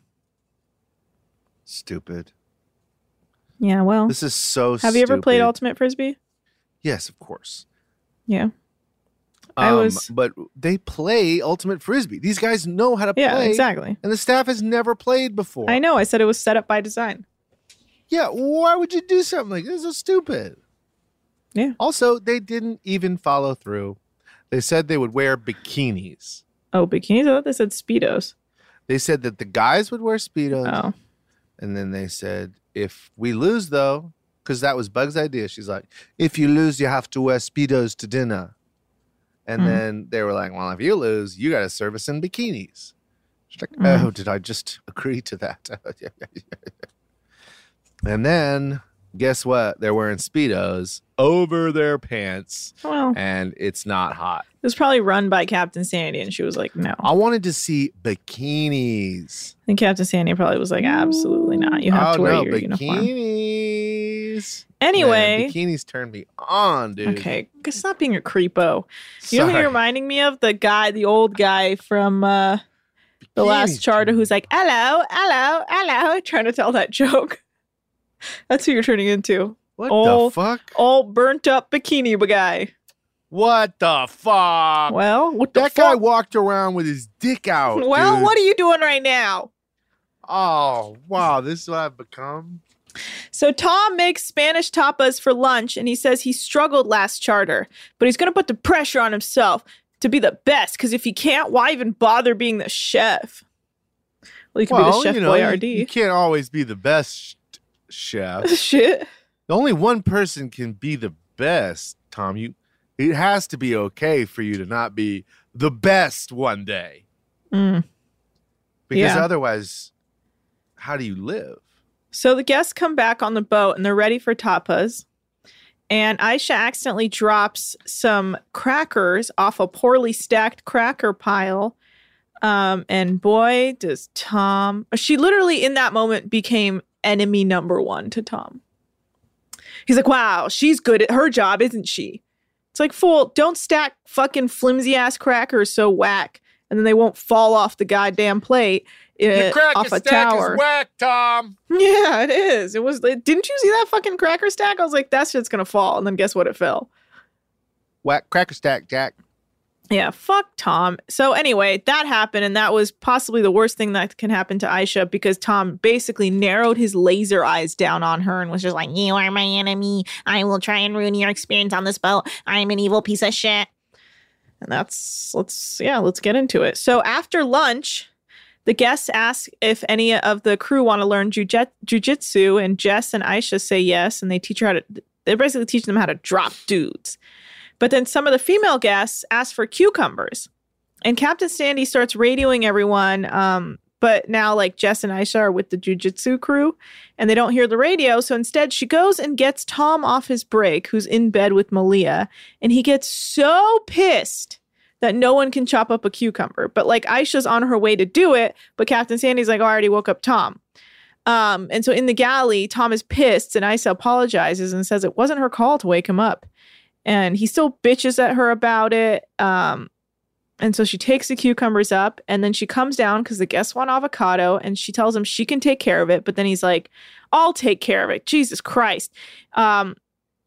S7: Stupid.
S8: Yeah, well,
S7: This is so.
S8: have you ever played
S7: stupid.
S8: ultimate frisbee?
S7: Yes, of course.
S8: Yeah.
S7: Um,
S8: I was-
S7: But they play ultimate frisbee. These guys know how to
S8: Yeah,
S7: play.
S8: exactly.
S7: And the staff has never played before.
S8: I know. I said it was set up by design.
S7: Yeah, why would you do something like this? It's so stupid.
S8: Yeah.
S7: Also, they didn't even follow through. They said they would wear bikinis.
S8: Oh, bikinis? I thought they said speedos.
S7: They said that the guys would wear speedos.
S8: Oh.
S7: And then they said, if we lose though, because that was Bug's idea. She's like, if you lose, you have to wear speedos to dinner. And
S8: Mm.
S7: then they were like, well, if you lose, you got to serve us in bikinis. She's like,
S8: Mm.
S7: oh, did I just agree to that? and then guess what? They're wearing speedos over their pants,
S8: Well, it
S7: and it's not hot.
S8: was probably run by Captain Sandy, and she was like, no.
S7: I wanted to see bikinis.
S8: And Captain Sandy probably was like, absolutely not. You have
S7: oh
S8: to wear
S7: no,
S8: your uniform.
S7: bikinis.
S8: Anyway.
S7: Man, bikinis turn me on, dude.
S8: Okay, stop being a creepo. You know who
S7: Sorry.
S8: you're reminding me of? The guy, the old guy from uh, the last charter who's like, hello, hello, hello, trying to tell that joke. That's who you're turning into.
S7: What
S8: old,
S7: the fuck?
S8: Old burnt up bikini guy.
S7: What the fuck?
S8: Well, what the
S7: that guy walked around with his dick out.
S8: well,
S7: dude.
S8: what are you doing right now?
S7: Oh wow, this is what I've become.
S8: So Tom makes Spanish tapas for lunch, and he says he struggled last charter, but he's going to put the pressure on himself to be the best. Because if he can't, why even bother being the chef? Well, you can be the chef Boyardee.
S7: You, you can't always be the best chef.
S8: Shit.
S7: Only one person can be the best, Tom. You, it has to be okay for you to not be the best one day,
S8: Mm.
S7: because
S8: Yeah.
S7: otherwise, how do you live?
S8: So the guests come back on the boat and they're ready for tapas. And Aisha accidentally drops some crackers off a poorly stacked cracker pile. Um, and boy, does Tom. She literally, in that moment, became enemy number one to Tom. He's like, wow, she's good at her job, isn't she? It's like, fool, don't stack fucking flimsy ass crackers so whack. And then they won't fall off the goddamn plate uh, off a tower.
S7: whack, Tom.
S8: Yeah, it is. It was. It, didn't you see that fucking cracker stack? I was like, that shit's gonna fall, and then guess what? It fell.
S7: Whack cracker stack, Jack.
S8: Yeah, fuck Tom. So anyway, that happened, and that was possibly the worst thing that can happen to Aisha because Tom basically narrowed his laser eyes down on her and was just like, "You are my enemy. I will try and ruin your experience on this boat. I'm an evil piece of shit." And that's let's yeah, let's get into it. So after lunch, the guests ask if any of the crew want to learn juje- jujitsu, and Jess and Aisha say yes, and they teach her how to. They basically teach them how to drop dudes. But then some of the female guests ask for cucumbers. And Captain Sandy starts radioing everyone. Um, but now, like, Jess and Aisha are with the jujitsu crew and they don't hear the radio. So instead, she goes and gets Tom off his break, who's in bed with Malia. And he gets so pissed that no one can chop up a cucumber. But, like, Aisha's on her way to do it. But Captain Sandy's like, oh, I already woke up Tom. Um, and so in the galley, Tom is pissed and Aisha apologizes and says it wasn't her call to wake him up and he still bitches at her about it. Um, and so she takes the cucumbers up and then she comes down because the guests want avocado and she tells him she can take care of it. But then he's like, I'll take care of it. Jesus Christ. Um,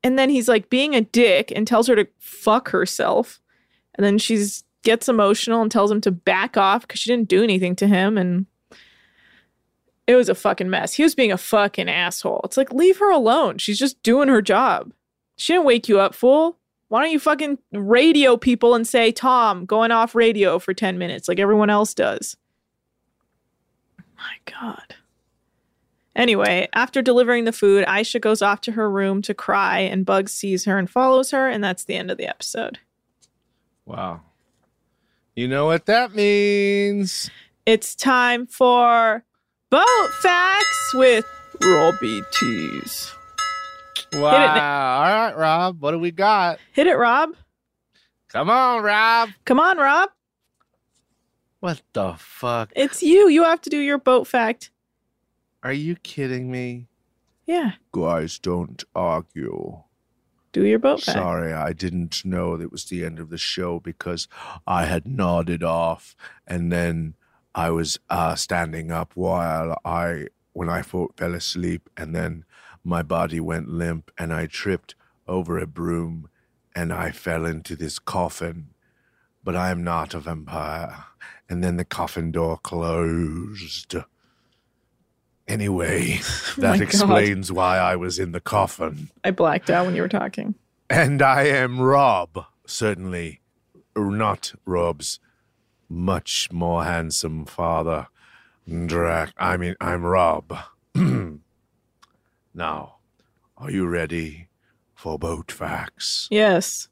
S8: and then he's like being a dick and tells her to fuck herself. And then she's gets emotional and tells him to back off because she didn't do anything to him. And It was a fucking mess. He was being a fucking asshole. It's like, leave her alone. She's just doing her job. She didn't wake you up, fool. Why don't you fucking radio people and say, Tom, going off radio for 10 minutes like everyone else does? My God. Anyway, after delivering the food, Aisha goes off to her room to cry, and Bugs sees her and follows her, and that's the end of the episode.
S7: Wow. You know what that means.
S8: It's time for Boat Facts with Robbie Tees.
S7: Wow. All right, Rob. What do we got?
S8: Hit it, Rob.
S7: Come on, Rob.
S8: Come on, Rob.
S7: What the fuck?
S8: It's you. You have to do your boat fact.
S7: Are you kidding me?
S8: Yeah.
S9: Guys, don't argue.
S8: Do your boat fact.
S9: Sorry, I didn't know it was the end of the show because I had nodded off and then I was uh, standing up while I, when I fo- fell asleep, and then my body went limp and I tripped over a broom and I fell into this coffin. But I am not a vampire. And then the coffin door closed. Anyway,
S8: my
S9: that
S8: God.
S9: explains why I was in the coffin.
S8: I blacked out when you were talking.
S9: And I am Rob, certainly not Rob's much more handsome father, Drac. I mean, I'm Rob. now, are you ready for boat facts?
S8: Yes.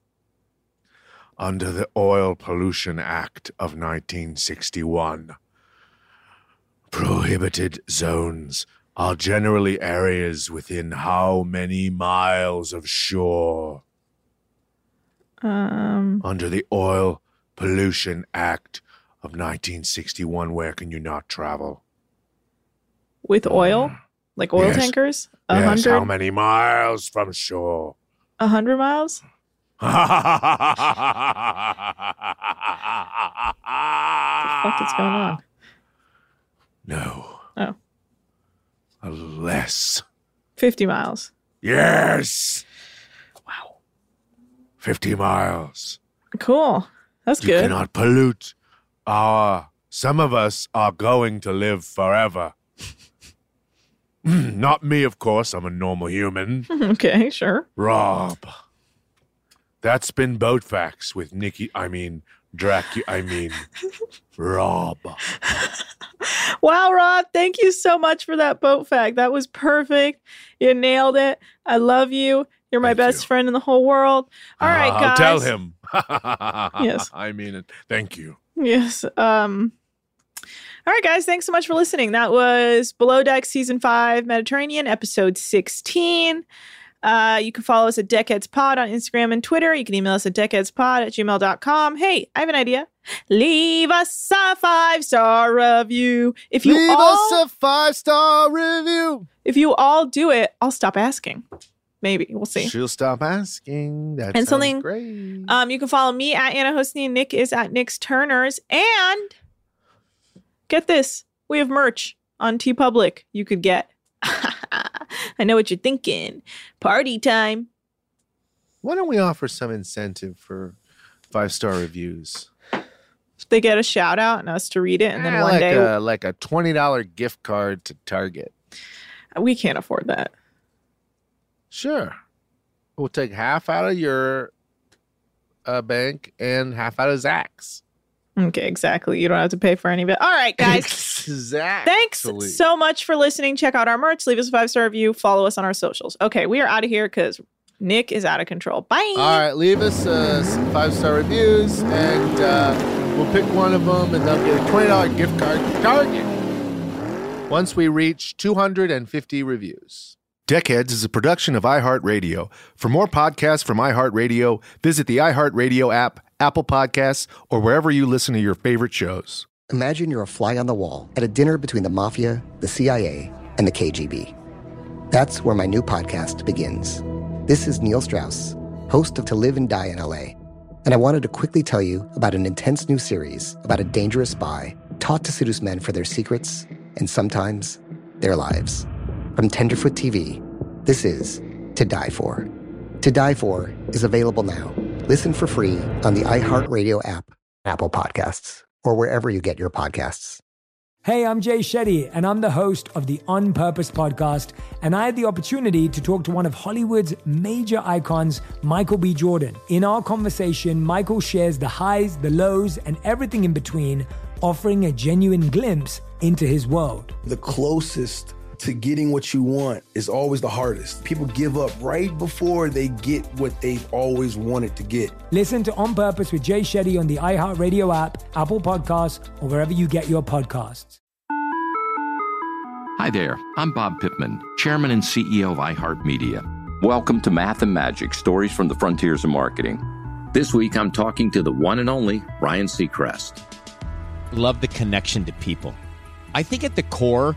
S9: Under the Oil Pollution Act of 1961, prohibited zones are generally areas within how many miles of shore?
S8: Um,
S9: under the Oil Pollution Act of 1961. Where can you not travel?
S8: with oil, like oil
S9: Yes.
S8: tankers, a
S9: Yes, how
S8: hundred,
S9: many miles from shore?
S8: a hundred miles.
S9: Fuck
S8: What's going
S7: Ah.
S8: on?
S9: No,
S8: Oh,
S9: less.
S8: 50 miles.
S9: Yes. Wow. 50 miles.
S8: Cool. That's
S9: you
S8: good.
S9: cannot pollute our. Some of us are going to live forever. Hmm, Not me, of course. I'm a normal human.
S8: okay, sure.
S9: Rob. That's been Boat Facts with Nikki. I mean, Dracu. I mean, Rob.
S8: Wow, Rob, thank you so much for that boat fact. That was perfect. You nailed it. I love you. You're my best friend in the whole world. All right,
S9: I'll
S8: guys.
S9: tell him.
S8: Yes.
S9: I mean it. Thank you.
S8: Yes. Um All right, guys, thanks so much for listening. That was Below Deck Season 5 Mediterranean, Episode 16. Uh, you can follow us at Deckheads Pod on Instagram and Twitter. You can email us at deckheadspod at gmail.com. Hey, I have an idea. Leave us a five star review. If you
S7: Leave
S8: all,
S7: us a five star review.
S8: if you all do it, I'll stop asking. Maybe. We'll see.
S7: She'll stop asking. That
S8: and
S7: sounds
S8: something
S7: great.
S8: Um, you can follow me at Anna Hosni. Nick is at Nick's Turners. And get this, we have merch on T Public. You could get. I know what you're thinking. Party time.
S7: Why don't we offer some incentive for five star reviews?
S8: They get a shout out and us to read it, and then
S7: Yeah,
S8: one
S7: like
S8: day
S7: a, like a twenty dollar gift card to Target.
S8: we can't afford that.
S7: Sure, we'll take half out of your uh, bank and half out of Zach's.
S8: Okay, exactly. You don't have to pay for any of it. All right, guys.
S7: Zach,
S8: Thanks so much for listening. Check out our merch. Leave us a five star review. Follow us on our socials. Okay, we are out of here because Nick is out of control. Bye.
S7: All right, leave us uh, some five star reviews, and uh, we'll pick one of them, and they'll get a twenty dollar gift card to Target. Once we reach two hundred and fifty reviews.
S10: Deckheads is a production of iHeartRadio. For more podcasts from iHeartRadio, visit the iHeartRadio app, Apple Podcasts, or wherever you listen to your favorite shows.
S11: Imagine you're a fly on the wall at a dinner between the mafia, the CIA, and the KGB. That's where my new podcast begins. This is Neil Strauss, host of To Live and Die in LA, and I wanted to quickly tell you about an intense new series about a dangerous spy taught to seduce men for their secrets and sometimes their lives. From Tenderfoot TV, this is To Die For. To Die For is available now. Listen for free on the iHeartRadio app, Apple Podcasts, or wherever you get your podcasts.
S2: Hey, I'm Jay Shetty, and I'm the host of the On Purpose podcast. And I had the opportunity to talk to one of Hollywood's major icons, Michael B. Jordan. In our conversation, Michael shares the highs, the lows, and everything in between, offering a genuine glimpse into his world.
S1: The closest to getting what you want is always the hardest. People give up right before they get what they've always wanted to get.
S2: Listen to On Purpose with Jay Shetty on the iHeartRadio app, Apple Podcasts, or wherever you get your podcasts.
S3: Hi there, I'm Bob Pittman, Chairman and CEO of iHeartMedia. Welcome to Math and Magic Stories from the Frontiers of Marketing. This week I'm talking to the one and only Ryan Seacrest.
S4: Love the connection to people. I think at the core,